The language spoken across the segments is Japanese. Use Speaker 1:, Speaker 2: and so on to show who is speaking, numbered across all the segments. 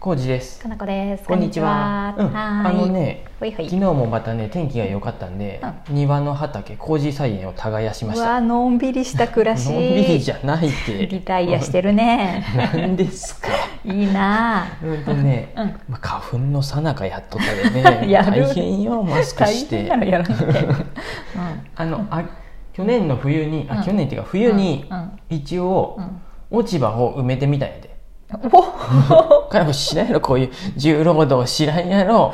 Speaker 1: コウジです。
Speaker 2: かなこです。
Speaker 1: こんにちは。
Speaker 2: こん
Speaker 1: う
Speaker 2: に
Speaker 1: ん、
Speaker 2: ちは
Speaker 1: あの。ね、
Speaker 2: ほいほい。
Speaker 1: 昨日もまたね天気が良かったんで、庭の畑コウジ菜園を耕しま
Speaker 2: う
Speaker 1: し
Speaker 2: わ
Speaker 1: た。
Speaker 2: あ、のんびりした暮らし。
Speaker 1: のんびりじゃないって。
Speaker 2: リタイアしてるね。
Speaker 1: なんですか。
Speaker 2: いいな
Speaker 1: うんとね、
Speaker 2: あ。うん。
Speaker 1: まあ、花粉の最中やっとったでね、
Speaker 2: やる
Speaker 1: 大変よマスク
Speaker 2: 大
Speaker 1: し
Speaker 2: 変
Speaker 1: て
Speaker 2: な。らやらなきゃ。
Speaker 1: あのあ去年の冬に、
Speaker 2: う
Speaker 1: あ
Speaker 2: ん
Speaker 1: 去年っていうか
Speaker 2: うん。
Speaker 1: 冬に
Speaker 2: うん。
Speaker 1: 一応、
Speaker 2: うん。
Speaker 1: 落ち葉を埋めてみたんやで。
Speaker 2: お。
Speaker 1: 彼も知らんやろこういう重労働知らんやろ。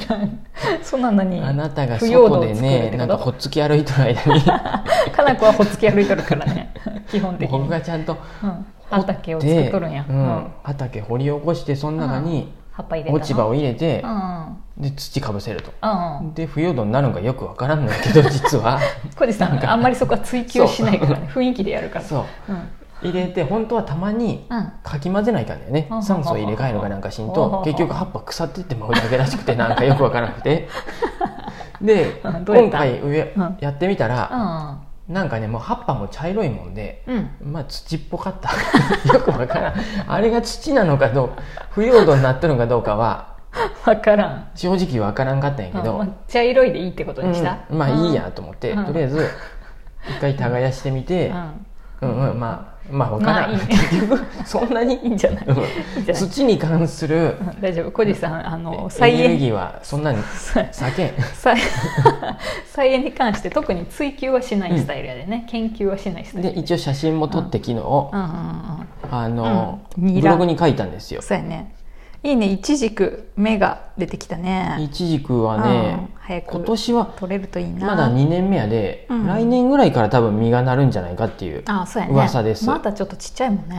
Speaker 2: 知らんそんなのに。
Speaker 1: あなたが
Speaker 2: 腐葉土
Speaker 1: 外
Speaker 2: を
Speaker 1: で
Speaker 2: 作る
Speaker 1: ね
Speaker 2: ってこと
Speaker 1: なんかほっつき歩いてる間に
Speaker 2: かなこはほっつき歩いとるから ね。基本的
Speaker 1: 僕
Speaker 2: に。
Speaker 1: がちゃんと
Speaker 2: うん。
Speaker 1: 掘って
Speaker 2: 畑を作っとるんや。
Speaker 1: う。畑掘り起こしてその中に
Speaker 2: 葉っぱ入れたの。
Speaker 1: 落ち葉を入れて
Speaker 2: うん。うん。
Speaker 1: で土かぶせると
Speaker 2: うん。うん。
Speaker 1: で腐葉土になるんかよくわからんのやけ ど実は
Speaker 2: 小路さ
Speaker 1: なん
Speaker 2: ん、
Speaker 1: か
Speaker 2: あんまりそこは追求しないからね。雰囲気でやるから。
Speaker 1: そう
Speaker 2: うん。
Speaker 1: 入れて本当はたまに
Speaker 2: うん。
Speaker 1: かき混ぜないかんだよね
Speaker 2: ほうほうほう
Speaker 1: 酸素を入れ替えるかなんかしん
Speaker 2: ほうほうほ
Speaker 1: と
Speaker 2: う
Speaker 1: 結局葉っぱ腐ってってまうだけらしくてなんかよくわからなくてで
Speaker 2: うんどうや
Speaker 1: 今
Speaker 2: った
Speaker 1: 回上
Speaker 2: うん
Speaker 1: やってみたら
Speaker 2: う
Speaker 1: なんかねもう葉っぱも茶色いもんで
Speaker 2: ん。うん。
Speaker 1: まあ土っぽかった よくわからんあれが土なのかどう腐葉土になっとるのかどうかは
Speaker 2: わからん。
Speaker 1: 正直わからんかったんやけ
Speaker 2: うん
Speaker 1: ど、
Speaker 2: まあ茶色いでいいってことにした、
Speaker 1: うんまあいいやと思って、
Speaker 2: うん
Speaker 1: とりあえず一回耕してみ
Speaker 2: う
Speaker 1: て
Speaker 2: ん、
Speaker 1: うんうんまあまあわからん、
Speaker 2: まあいい
Speaker 1: 結局 そんなに
Speaker 2: いいんじゃない
Speaker 1: うん
Speaker 2: いいんじゃな い
Speaker 1: 土に関する
Speaker 2: うん大丈夫小路さんあの
Speaker 1: エ
Speaker 2: 菜
Speaker 1: ネル
Speaker 2: 園
Speaker 1: ギーはそんなに避けん
Speaker 2: 菜 菜園に関して特に追求はしないスタイルやでね、研究はしないスタイル
Speaker 1: で一応写真も撮って昨日、
Speaker 2: うんうんうん
Speaker 1: あの、
Speaker 2: うんニ
Speaker 1: ブ
Speaker 2: ラ
Speaker 1: ログに書いたんですよ
Speaker 2: そうやねいいねいちじく芽が出てきたね
Speaker 1: いちじくはね
Speaker 2: うん、早く
Speaker 1: 今年は
Speaker 2: 取れるといいな
Speaker 1: まだ2年目やで、
Speaker 2: うん
Speaker 1: 来年ぐらいから多分実がなるんじゃないかっていう、
Speaker 2: あそうやね
Speaker 1: 噂です
Speaker 2: まだちょっとちっちゃいもんね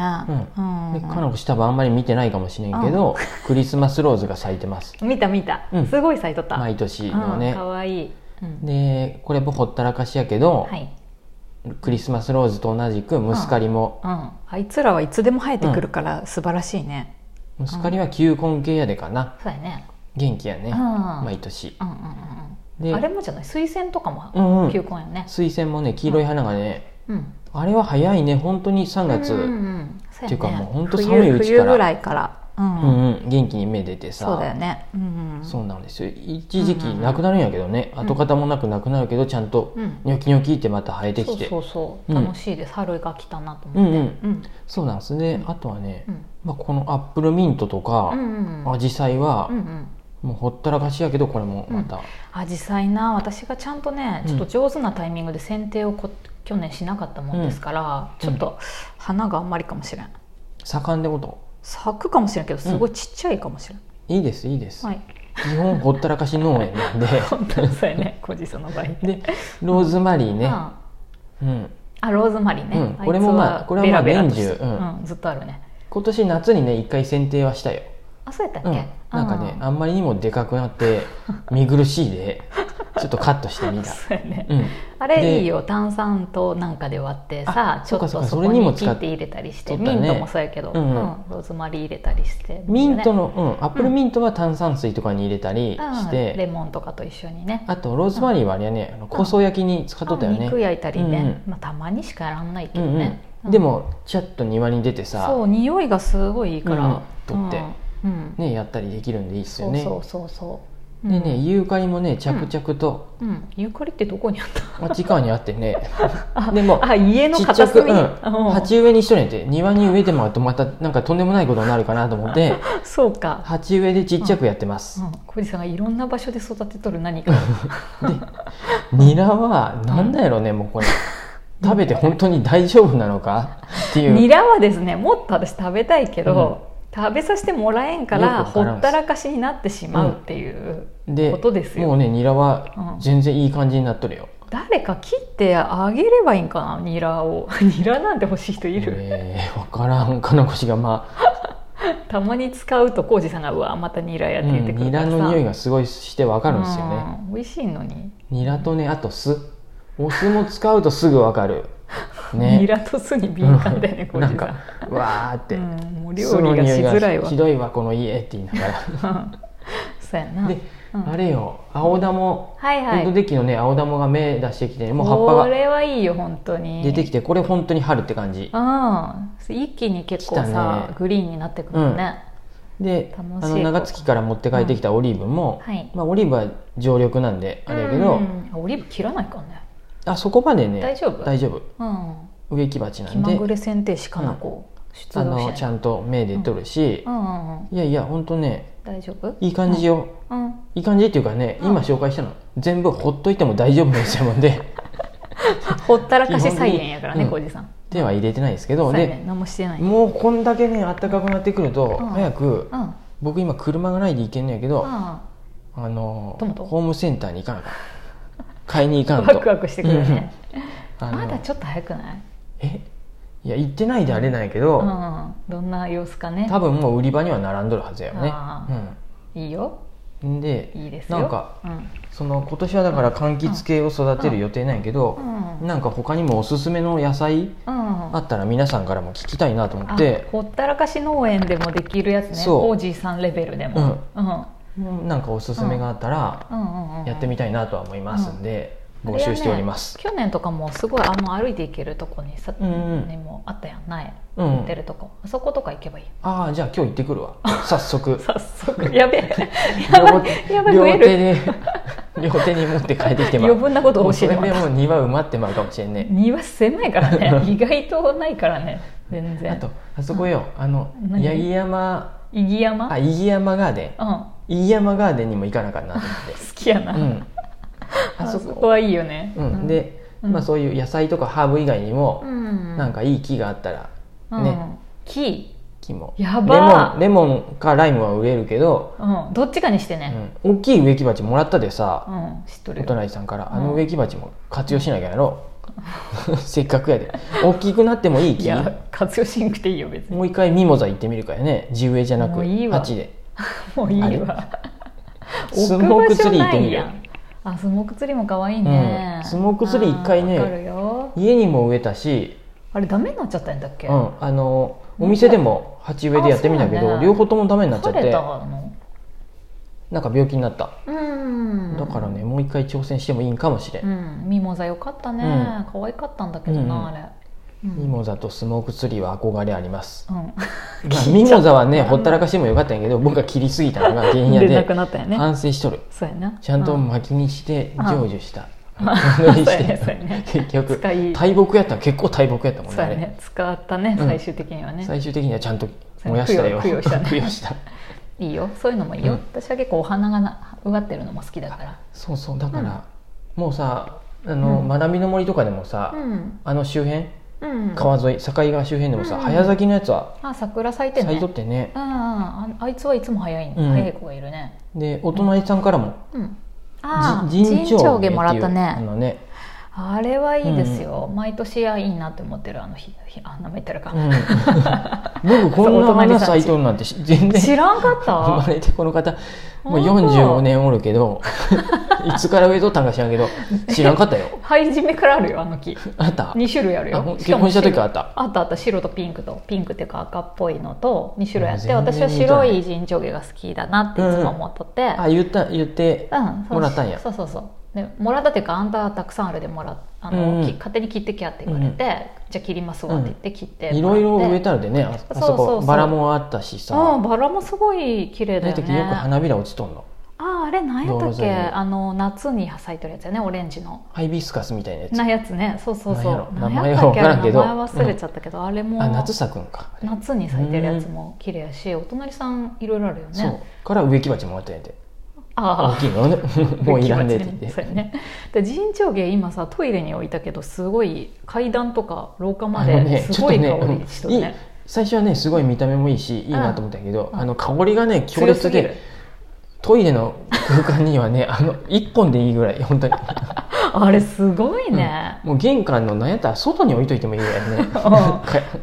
Speaker 1: うん
Speaker 2: う
Speaker 1: で
Speaker 2: ん
Speaker 1: 彼女多分あんまり見てないかもしれんけど、クリスマスローズが咲いてます
Speaker 2: 見た見た、
Speaker 1: うん
Speaker 2: すごい咲いとった、
Speaker 1: 毎年の
Speaker 2: うん
Speaker 1: ね
Speaker 2: か、わいい、うん
Speaker 1: でこれもほったらかしやけど、
Speaker 2: はい
Speaker 1: クリスマスローズと同じくムスカリも、
Speaker 2: うん、あいつらはいつでも生えてくるから素晴らしいね、
Speaker 1: ムスカリは球根系やでかな
Speaker 2: そうやね
Speaker 1: 元気やね、
Speaker 2: うん
Speaker 1: 毎年
Speaker 2: うんうんうんう
Speaker 1: で
Speaker 2: んあれもじゃない水仙とか
Speaker 1: う
Speaker 2: も
Speaker 1: んうん
Speaker 2: 球根よね、
Speaker 1: 水仙もね黄色い花がね、
Speaker 2: うん、
Speaker 1: あれは早いね本当に3月、
Speaker 2: うんうんうんそや
Speaker 1: って
Speaker 2: ね
Speaker 1: いうかもうほんと寒いうちから
Speaker 2: 冬冬ぐらいから、うん
Speaker 1: うんうん元気に芽出てさ
Speaker 2: そうだよね、うんうん、
Speaker 1: そうなんですよ一時期なくなるんやけどね、跡形もなくなくなるけどちゃんと
Speaker 2: うん
Speaker 1: ニョキニョキってまた生えて
Speaker 2: そ
Speaker 1: き
Speaker 2: う
Speaker 1: て
Speaker 2: そうそう
Speaker 1: うん
Speaker 2: 楽しいです、春が来たなと
Speaker 1: う
Speaker 2: 思っ
Speaker 1: んうん
Speaker 2: てうん
Speaker 1: そうなんですね、あとはね、
Speaker 2: うん
Speaker 1: まあ、このアップルミントとか
Speaker 2: うんうんうん
Speaker 1: アジサイは
Speaker 2: うんうん
Speaker 1: もうほったらかしやけどこれもまた、
Speaker 2: 紫陽花な私がちゃんとねちょっと上手なタイミングで剪定をこ去年しなかったもんですから、
Speaker 1: うん
Speaker 2: ちょっと花があんまりかもしれん
Speaker 1: 盛んでこと
Speaker 2: 咲くかもしれんけどすごいちっちゃいかもしれん、
Speaker 1: いいですいいです、
Speaker 2: はい
Speaker 1: 基本ほったらかし農園なんで
Speaker 2: 本当にそうやね 小さの場合
Speaker 1: でローズマリー
Speaker 2: うん
Speaker 1: ね、
Speaker 2: あ
Speaker 1: うん、
Speaker 2: ローズマリー
Speaker 1: う
Speaker 2: ね、
Speaker 1: ん
Speaker 2: あいつ
Speaker 1: これもまあこれはまあ
Speaker 2: ベラベラとして
Speaker 1: 年中うん
Speaker 2: うんずっとあるね
Speaker 1: 今年夏にね一回剪定はしたよ、
Speaker 2: あそうやったっ
Speaker 1: う
Speaker 2: け、
Speaker 1: ん、なんかね
Speaker 2: う
Speaker 1: あんまりにもでかくなって見苦しい でちょっとカットしてみた、
Speaker 2: そうやね、
Speaker 1: うん、
Speaker 2: あ
Speaker 1: で
Speaker 2: れいいよ炭酸となんかで割ってさ
Speaker 1: あ
Speaker 2: ちょっと
Speaker 1: そう
Speaker 2: そ
Speaker 1: かそうかそれ
Speaker 2: こ
Speaker 1: にも
Speaker 2: に
Speaker 1: 使
Speaker 2: 切
Speaker 1: っ
Speaker 2: って入れたりして、
Speaker 1: そうだ
Speaker 2: ミ
Speaker 1: ね
Speaker 2: ントもそうやけど、
Speaker 1: う
Speaker 2: うんん
Speaker 1: うん
Speaker 2: ローズマリー入れたりして
Speaker 1: ミント
Speaker 2: いいよね
Speaker 1: の、うん、アップルミントは炭酸水とかに入れたり
Speaker 2: うん
Speaker 1: して、
Speaker 2: レモンとかと一緒にね
Speaker 1: あとローズマリーはあれやね、あの香草焼きに使っとったよね、
Speaker 2: あ肉焼いたりね、
Speaker 1: う
Speaker 2: まあ、たまにしかやらんないけ
Speaker 1: んう
Speaker 2: ど
Speaker 1: ん、うんうん
Speaker 2: ね、うん
Speaker 1: でもちゃっと庭に出て
Speaker 2: そ
Speaker 1: さ、
Speaker 2: う匂いがすごいいいから、
Speaker 1: うんうん取って
Speaker 2: うんうん
Speaker 1: ね、やったりできるんでいいっすよね
Speaker 2: そうそうそうそう
Speaker 1: でねユーカリもね着々と、
Speaker 2: うん、うん、ユーカリってどこにあった
Speaker 1: あっち側にあってねでも
Speaker 2: あ家の
Speaker 1: ちっち
Speaker 2: 片
Speaker 1: ゃく、
Speaker 2: 隅
Speaker 1: う
Speaker 2: に、
Speaker 1: ん、
Speaker 2: うん
Speaker 1: 鉢植えにしとるんやて庭に植えてもらうとまたなんかとんでもないことになるかなと思って
Speaker 2: そうか、
Speaker 1: 鉢植えでちっちゃくやってます、
Speaker 2: うん、小路さんがいろんな場所で育てとる 何か
Speaker 1: ニラはなんだやろねもうこれ食べて本当に大丈夫なのかっていう
Speaker 2: ニラはですねもっと私食べたいけど、食べさせてもらえんか
Speaker 1: よ
Speaker 2: ら
Speaker 1: くわか
Speaker 2: ほ
Speaker 1: らん
Speaker 2: ったらかしになってしまうっていう、
Speaker 1: で
Speaker 2: ことですよ
Speaker 1: もうねニラは
Speaker 2: うん
Speaker 1: 全然いい感じになっとるよ、
Speaker 2: 誰か切ってあげればいいんかなニラを ニラなんて欲しい人いる、
Speaker 1: えー、分からんかなこしがまあ、
Speaker 2: たまに使うと浩二さんが「うわまたニラや」
Speaker 1: う
Speaker 2: って言って
Speaker 1: ん、
Speaker 2: くる
Speaker 1: ニ
Speaker 2: か
Speaker 1: ラ
Speaker 2: らさ、
Speaker 1: の匂いがすごいして分かるんですよね、
Speaker 2: うん美味しいのに、
Speaker 1: ニラとねあと酢お酢も使うとすぐ分かるね
Speaker 2: ニラと酢に敏感だよね浩
Speaker 1: な
Speaker 2: 二
Speaker 1: ん
Speaker 2: さ
Speaker 1: か
Speaker 2: ん
Speaker 1: わーって、
Speaker 2: うん、もう料理がしづらいわ
Speaker 1: ひどいわこの家って言いなが
Speaker 2: うん そうやな
Speaker 1: らで、
Speaker 2: うん
Speaker 1: あれよ青玉
Speaker 2: はい
Speaker 1: ウ
Speaker 2: は
Speaker 1: ッド
Speaker 2: い
Speaker 1: デッキのね青玉が芽出してきてもう葉っぱ
Speaker 2: こ
Speaker 1: が
Speaker 2: れはいいよ本当に
Speaker 1: 出てきてこれ本当に春って感じ
Speaker 2: うん一気に結構
Speaker 1: 来た
Speaker 2: さ、
Speaker 1: ね
Speaker 2: グリーンになってくるね、
Speaker 1: で
Speaker 2: 楽しいこと
Speaker 1: あの長月から持って帰ってきたオリーブも、
Speaker 2: はい
Speaker 1: まあ、オリーブは常緑なんであれやけ
Speaker 2: う
Speaker 1: ど、
Speaker 2: んオリーブ切らないかんね
Speaker 1: あそこまでね
Speaker 2: 大丈夫
Speaker 1: 大丈夫
Speaker 2: うん
Speaker 1: 植木鉢な
Speaker 2: 気
Speaker 1: ん
Speaker 2: ま
Speaker 1: で
Speaker 2: ぐれ剪定士かなこう出
Speaker 1: あ
Speaker 2: 動者
Speaker 1: のちゃんと芽出とるし
Speaker 2: う、んうんうん
Speaker 1: いやいやほんとね
Speaker 2: 大丈夫
Speaker 1: いい感じよ、
Speaker 2: うん
Speaker 1: いい感じっていうかね、
Speaker 2: うん
Speaker 1: 今紹介したの全部ほっといても大丈夫なやつやもんで
Speaker 2: ほったらかし菜園やからね
Speaker 1: うん
Speaker 2: 浩二さん
Speaker 1: 手は入れてないですけど
Speaker 2: そうや
Speaker 1: で
Speaker 2: ね何もしてないうん
Speaker 1: もうこんだけねあったかくなってくると、
Speaker 2: うん
Speaker 1: 早く
Speaker 2: あ
Speaker 1: 僕今車がないで行けんのやけど、
Speaker 2: あ
Speaker 1: あの
Speaker 2: トマト
Speaker 1: ホームセンターに行かなあかん買いに行かんと
Speaker 2: ワクワクしてくるね
Speaker 1: うんあの
Speaker 2: まだちょっと早くない
Speaker 1: えいや行ってないであれなんやけど、
Speaker 2: うんどんな様子かね
Speaker 1: 多分もう売り場には並んどるはずやよね
Speaker 2: あいいよ
Speaker 1: うんで
Speaker 2: いいですよ
Speaker 1: なんか
Speaker 2: うん
Speaker 1: その今年はだから柑橘系を育てる予定なんやけど、
Speaker 2: うん
Speaker 1: なんか他にもおすすめの野菜
Speaker 2: うん
Speaker 1: あったら皆さんからも聞きたいなと思
Speaker 2: あ
Speaker 1: って
Speaker 2: ほったらかし農園でもできるやつね
Speaker 1: そう
Speaker 2: おじいさんレベルでもうん
Speaker 1: うんなんかおすすめがあったら
Speaker 2: うんうんうん
Speaker 1: やってみたいなとは思いますんで、募集しております
Speaker 2: あ、れはね去年とかもすごいあの歩いて行けるとこにさ、
Speaker 1: うんうん
Speaker 2: にもあったやん苗
Speaker 1: うん
Speaker 2: 売ってるとこ、あそことか行けばいい
Speaker 1: ああじゃあ今日行ってくるわ 早速
Speaker 2: 早速やべえやばいやばい
Speaker 1: 両
Speaker 2: 増
Speaker 1: 手
Speaker 2: える
Speaker 1: で両手に 持って帰ってきてまう
Speaker 2: 余分なことを教えて
Speaker 1: も
Speaker 2: も
Speaker 1: うそれ
Speaker 2: ら
Speaker 1: でも
Speaker 2: った
Speaker 1: う庭埋まってまうかもしれんね
Speaker 2: 庭狭いから ね意外とないからね全然
Speaker 1: あとあそこよあの
Speaker 2: 何
Speaker 1: 八木山
Speaker 2: 伊木山
Speaker 1: あ伊木山ガーデン
Speaker 2: うん好
Speaker 1: 飯山ガーデンにも行かなあかんなと思
Speaker 2: きやな、
Speaker 1: って、うん、 あ
Speaker 2: あ
Speaker 1: そ
Speaker 2: そ
Speaker 1: こ
Speaker 2: こはいいよね、
Speaker 1: うん、で、
Speaker 2: うん
Speaker 1: まあ、そういう野菜とかハーブ以外にも
Speaker 2: う、ん
Speaker 1: なんかいい木があったら
Speaker 2: うん
Speaker 1: ね
Speaker 2: 木、
Speaker 1: 木も
Speaker 2: やばー
Speaker 1: レモンレモンかライムは売れるけど、
Speaker 2: うん、どっちかにしてね、
Speaker 1: うん、大きい植木鉢もらったで
Speaker 2: う
Speaker 1: さ、
Speaker 2: ん知っとる
Speaker 1: お
Speaker 2: よ
Speaker 1: 隣さんから
Speaker 2: うん
Speaker 1: あの植木鉢も活用しなきゃやろ、 せっかくやで大きくなってもいい
Speaker 2: い
Speaker 1: 木
Speaker 2: や活用しんくていいよ別に
Speaker 1: もう一回ミモザ行ってみるからね地植えじゃな
Speaker 2: も
Speaker 1: く
Speaker 2: ういいわ
Speaker 1: 鉢で
Speaker 2: もういいわ
Speaker 1: スモークツリー行ってみるよ
Speaker 2: 置く場所ないやんあスモークツリーも可愛いね、
Speaker 1: うんスモークツリー一回ね
Speaker 2: あわかるよ
Speaker 1: 家にも植えたし、
Speaker 2: あれダメになっちゃったんだっけ、
Speaker 1: うん、あのお店でも鉢植えでやってみたけ
Speaker 2: あそうな
Speaker 1: ど、
Speaker 2: んだ
Speaker 1: 両方ともダメになっちゃっ
Speaker 2: 枯れ
Speaker 1: て
Speaker 2: たの
Speaker 1: なんか病気になった
Speaker 2: うん
Speaker 1: だからね、もう一回挑戦してもいいんかもしれん、
Speaker 2: うんミモザよかったね、可愛かったんだけどな、
Speaker 1: うん
Speaker 2: あれ、うん
Speaker 1: ミモザとスモークツリーは憧れあります、
Speaker 2: うん
Speaker 1: まあ、ミモザはね
Speaker 2: 聞いちゃった
Speaker 1: ほったらかしてもよかったんやけど僕が切りすぎたのが原因や
Speaker 2: でな
Speaker 1: で
Speaker 2: くなったよね
Speaker 1: 反省しとる
Speaker 2: そうやな
Speaker 1: ちゃんと
Speaker 2: う
Speaker 1: 巻きにして成就した、
Speaker 2: ん
Speaker 1: 巻きにして
Speaker 2: そうやねそうやね
Speaker 1: 結局
Speaker 2: 使い
Speaker 1: 大木やったら結構大木やったもん
Speaker 2: そ
Speaker 1: ね
Speaker 2: う
Speaker 1: あ
Speaker 2: や
Speaker 1: れ
Speaker 2: ね使ったね
Speaker 1: うん
Speaker 2: 最終的にはね、
Speaker 1: 最終的にはちゃんと燃やしたよ
Speaker 2: 供養供養したね
Speaker 1: 供養した
Speaker 2: いいよそういうのもいいよ、
Speaker 1: うん
Speaker 2: 私は結構お花がなうがってるのも好きだから
Speaker 1: そうそうだから、もうさあの、
Speaker 2: うん
Speaker 1: 学びの森とかでもさ、
Speaker 2: うん
Speaker 1: あの周辺
Speaker 2: うん
Speaker 1: 川沿い境川周辺でもさ、
Speaker 2: うん
Speaker 1: 早咲きのやつは
Speaker 2: あ桜咲いて
Speaker 1: 咲
Speaker 2: ね
Speaker 1: いとってね
Speaker 2: うんうんああいつはいつも早い、ね
Speaker 1: うん
Speaker 2: 早い子がいるね
Speaker 1: でお隣さんからも、
Speaker 2: うんああ
Speaker 1: じ
Speaker 2: 陣長下もらった
Speaker 1: っていうあ
Speaker 2: ね
Speaker 1: のね、
Speaker 2: あれはいいですよ、毎年はいいなって思ってるあの日日あ名前言ったらか、
Speaker 1: うん、僕こんな
Speaker 2: そうお隣
Speaker 1: 花
Speaker 2: さん
Speaker 1: 咲いとるなんてし全
Speaker 2: 知
Speaker 1: 然
Speaker 2: らんかっ
Speaker 1: 生ま
Speaker 2: た
Speaker 1: れてこの方もう
Speaker 2: 本当
Speaker 1: 45年おるけ どいつから植えとったんか知らんけど知らんかったよ
Speaker 2: 灰締めからあるよあの木
Speaker 1: あった
Speaker 2: 2種類ある
Speaker 1: あ
Speaker 2: よ
Speaker 1: ほん
Speaker 2: しか
Speaker 1: 結
Speaker 2: も
Speaker 1: 婚した時
Speaker 2: 白
Speaker 1: あった
Speaker 2: あったあった白とピンクとピンクっていうか赤っぽいのと2種類あっ
Speaker 1: い
Speaker 2: て
Speaker 1: や全
Speaker 2: 私
Speaker 1: 然
Speaker 2: は
Speaker 1: 似とな
Speaker 2: 白
Speaker 1: い
Speaker 2: い陣長毛が好きだなっていつも思っとって、
Speaker 1: あ言った言って
Speaker 2: うんそう
Speaker 1: もらったんや
Speaker 2: そうそうそうでもらったっていうかあんたたくさんあるでもらっあの、
Speaker 1: うんうん
Speaker 2: き勝手に切ってきゃって言われて、
Speaker 1: うん
Speaker 2: じゃあ切りますわって言って切って
Speaker 1: い
Speaker 2: もら
Speaker 1: ろい
Speaker 2: って
Speaker 1: ろ植えたのでねああ
Speaker 2: そう
Speaker 1: そ
Speaker 2: そ
Speaker 1: う
Speaker 2: そう
Speaker 1: こバラもあったしさ
Speaker 2: うんバラもすごい綺麗だ
Speaker 1: 大
Speaker 2: よね
Speaker 1: 体よく花びら落ちとんの
Speaker 2: あああれ何やった
Speaker 1: 道
Speaker 2: っ
Speaker 1: 路沿
Speaker 2: け
Speaker 1: いに
Speaker 2: あの夏に咲いてるやつやねオレンジの
Speaker 1: ハイビスカスみたいなやつ
Speaker 2: なやつねそうそうそう
Speaker 1: なんやろ
Speaker 2: 何やったっ
Speaker 1: 名前は分
Speaker 2: け
Speaker 1: からんけど
Speaker 2: あれ名前忘れちゃったけど、あれも
Speaker 1: あ夏咲くんか、
Speaker 2: 夏に咲いてるやつも綺麗やしお隣さんいろいろあるよね
Speaker 1: そうから植木鉢もらったんやて
Speaker 2: あ
Speaker 1: 大
Speaker 2: あ
Speaker 1: きいのね もういらんねって言って
Speaker 2: そうやねで陣長芸今さトイレに置いたけどすごい階段とか廊下ま
Speaker 1: あのね
Speaker 2: ですごい
Speaker 1: ち
Speaker 2: 香
Speaker 1: ょっと
Speaker 2: りしとる
Speaker 1: いい
Speaker 2: ね
Speaker 1: 最初はねすごい見た目もいいしいいなと思ったんやけど、
Speaker 2: うん
Speaker 1: あの香りがね強烈
Speaker 2: 強すぎる
Speaker 1: でトイレの空間にはねあの1本でいいぐらい本当に、
Speaker 2: あれすごいね、
Speaker 1: もう玄関のなんやったら外に置いといてもいいぐら いね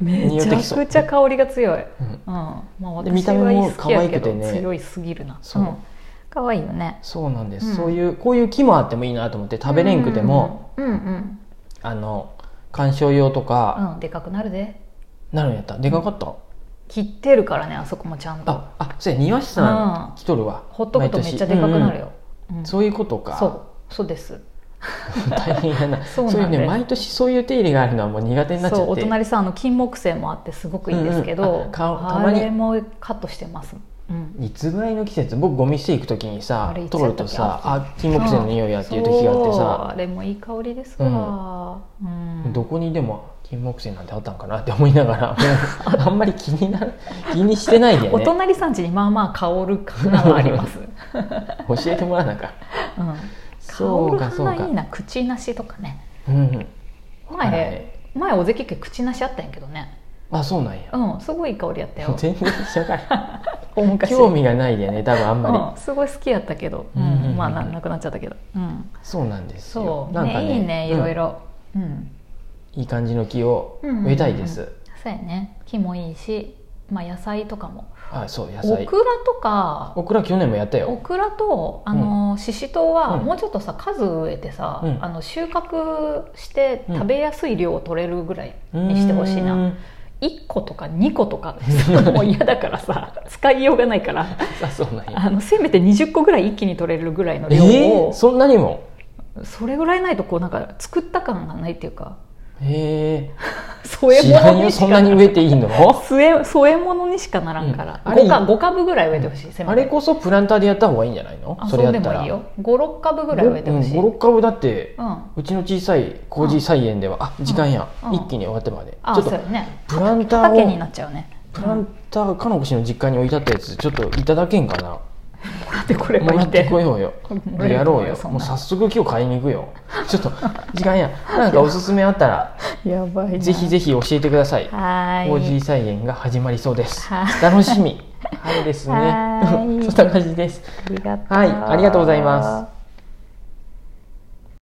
Speaker 2: めちゃくちゃ香りが強い、うん
Speaker 1: うん
Speaker 2: まあ、
Speaker 1: で
Speaker 2: 私
Speaker 1: 見た目も
Speaker 2: は好きやけ
Speaker 1: 可愛くて
Speaker 2: ど
Speaker 1: ね
Speaker 2: 強いすぎるな
Speaker 1: そうん
Speaker 2: 可愛いよね
Speaker 1: そうなんです、
Speaker 2: うん
Speaker 1: そういうこういう木もあってもいいなと思って食べれんくても、
Speaker 2: うんうん、
Speaker 1: あの観賞用とか、
Speaker 2: うんうんでかくなるで
Speaker 1: なるんやったでかかった、
Speaker 2: 切ってるからねあそこもちゃんと
Speaker 1: ああそうや庭師さ
Speaker 2: うん
Speaker 1: ん来とるわ
Speaker 2: ほっとくとめっちゃでかくなる
Speaker 1: よ、
Speaker 2: よ、
Speaker 1: うん
Speaker 2: うん
Speaker 1: そういうことか
Speaker 2: そうそうです
Speaker 1: 大変やな
Speaker 2: そ
Speaker 1: そうう
Speaker 2: なん
Speaker 1: いうね
Speaker 2: です
Speaker 1: 毎年そういう手入れがあるのはもう苦手になっちゃ
Speaker 2: そう
Speaker 1: っ
Speaker 2: お
Speaker 1: て
Speaker 2: 隣さんあの金木犀もあってすごくいいんですけ
Speaker 1: うん
Speaker 2: ど、
Speaker 1: うんあかたまに
Speaker 2: あれもカットしてますうん
Speaker 1: いつぐらいの季節僕ゴミ捨て行く時に
Speaker 2: あ
Speaker 1: さ
Speaker 2: れいつ
Speaker 1: 取るとさあキンモクセイの匂いやっていう時があって
Speaker 2: そう
Speaker 1: さ
Speaker 2: あれもいい香りですから、うん
Speaker 1: どこにでもキンモクセイなんてあったんかなって思いなが らもうあんまり気になる気にしてないで
Speaker 2: お
Speaker 1: ね
Speaker 2: 隣さん家にまあまあ香る花はあ ります、うん、
Speaker 1: 教えてもらわなあかんそう
Speaker 2: 香る
Speaker 1: かそう
Speaker 2: 花
Speaker 1: か
Speaker 2: いいな口なしとかね
Speaker 1: うん
Speaker 2: 前、
Speaker 1: はいはい
Speaker 2: 前尾関家口なしあったんやけどね
Speaker 1: あそうなんや
Speaker 2: うんすごいいい香りやったよ
Speaker 1: 全然知らない
Speaker 2: 大昔
Speaker 1: 興味がないでね多分あんまり、
Speaker 2: うん、すごい好きやったけど、うん
Speaker 1: うんうんうん
Speaker 2: まあななくなっちゃったけど、うん、
Speaker 1: そうなんですよ
Speaker 2: そう
Speaker 1: なんか
Speaker 2: ねいいねいろいろ、うん
Speaker 1: うんいい感じの木を植えたいです、
Speaker 2: うんそうやね木もいいし、まあ、野菜とかも
Speaker 1: あそう野
Speaker 2: オ
Speaker 1: 菜
Speaker 2: クラとか
Speaker 1: オクラ去年もやった
Speaker 2: オ
Speaker 1: よ
Speaker 2: クラとあのししとうは
Speaker 1: うん
Speaker 2: もうちょっとさ数植えてさ、
Speaker 1: うん
Speaker 2: あの収穫して
Speaker 1: うん
Speaker 2: 食べやすい量を取れるぐらいにしてほしいう
Speaker 1: ー
Speaker 2: なん1個とか2個とかもう嫌だか らさ使いようがないから
Speaker 1: あそうなんや
Speaker 2: あのせめて20個ぐらい一気に取れるぐらいの
Speaker 1: え
Speaker 2: 量
Speaker 1: ー、
Speaker 2: を
Speaker 1: そんなにも
Speaker 2: それぐらいないとこうなんか作った感がないっていうか
Speaker 1: へえ
Speaker 2: 添え
Speaker 1: 知らん
Speaker 2: 物
Speaker 1: よ
Speaker 2: にし
Speaker 1: そ
Speaker 2: か
Speaker 1: んなに植えていいの
Speaker 2: 添え添え物にしかならんから、
Speaker 1: うんあれ
Speaker 2: 5, 株5株ぐらい植えてほしい、せめて
Speaker 1: あれこそプランターでやった方がいいんじゃないの
Speaker 2: あ
Speaker 1: それやった
Speaker 2: うで
Speaker 1: ら
Speaker 2: もいいよ56株ぐらい植えてほしい、
Speaker 1: うん、56株だって
Speaker 2: うん
Speaker 1: うちの小さい工事菜園では、あ時間や、
Speaker 2: うん
Speaker 1: 一気に終わってまで、
Speaker 2: あ
Speaker 1: ちょっ
Speaker 2: そう
Speaker 1: と
Speaker 2: よね
Speaker 1: プランター
Speaker 2: 畑にな
Speaker 1: を
Speaker 2: っちゃうね
Speaker 1: プランターかのこしの実家に置いてあったやつちょっといただけんかな
Speaker 2: もらってこれ
Speaker 1: も
Speaker 2: ば
Speaker 1: ら
Speaker 2: い
Speaker 1: っ
Speaker 2: って
Speaker 1: てこようよ
Speaker 2: もらえる
Speaker 1: やろうよ
Speaker 2: そん
Speaker 1: も
Speaker 2: な
Speaker 1: う早速今日買いに行く よちょっと時間やなんかおすすめあったら
Speaker 2: やばいな
Speaker 1: ぜひぜひ教えてください
Speaker 2: は
Speaker 1: 工
Speaker 2: ー
Speaker 1: 事
Speaker 2: い
Speaker 1: 菜園が始まりそうです
Speaker 2: は
Speaker 1: 楽しみはいですね
Speaker 2: はーい
Speaker 1: そんな感じです
Speaker 2: ありがとう
Speaker 1: はいありがとうございます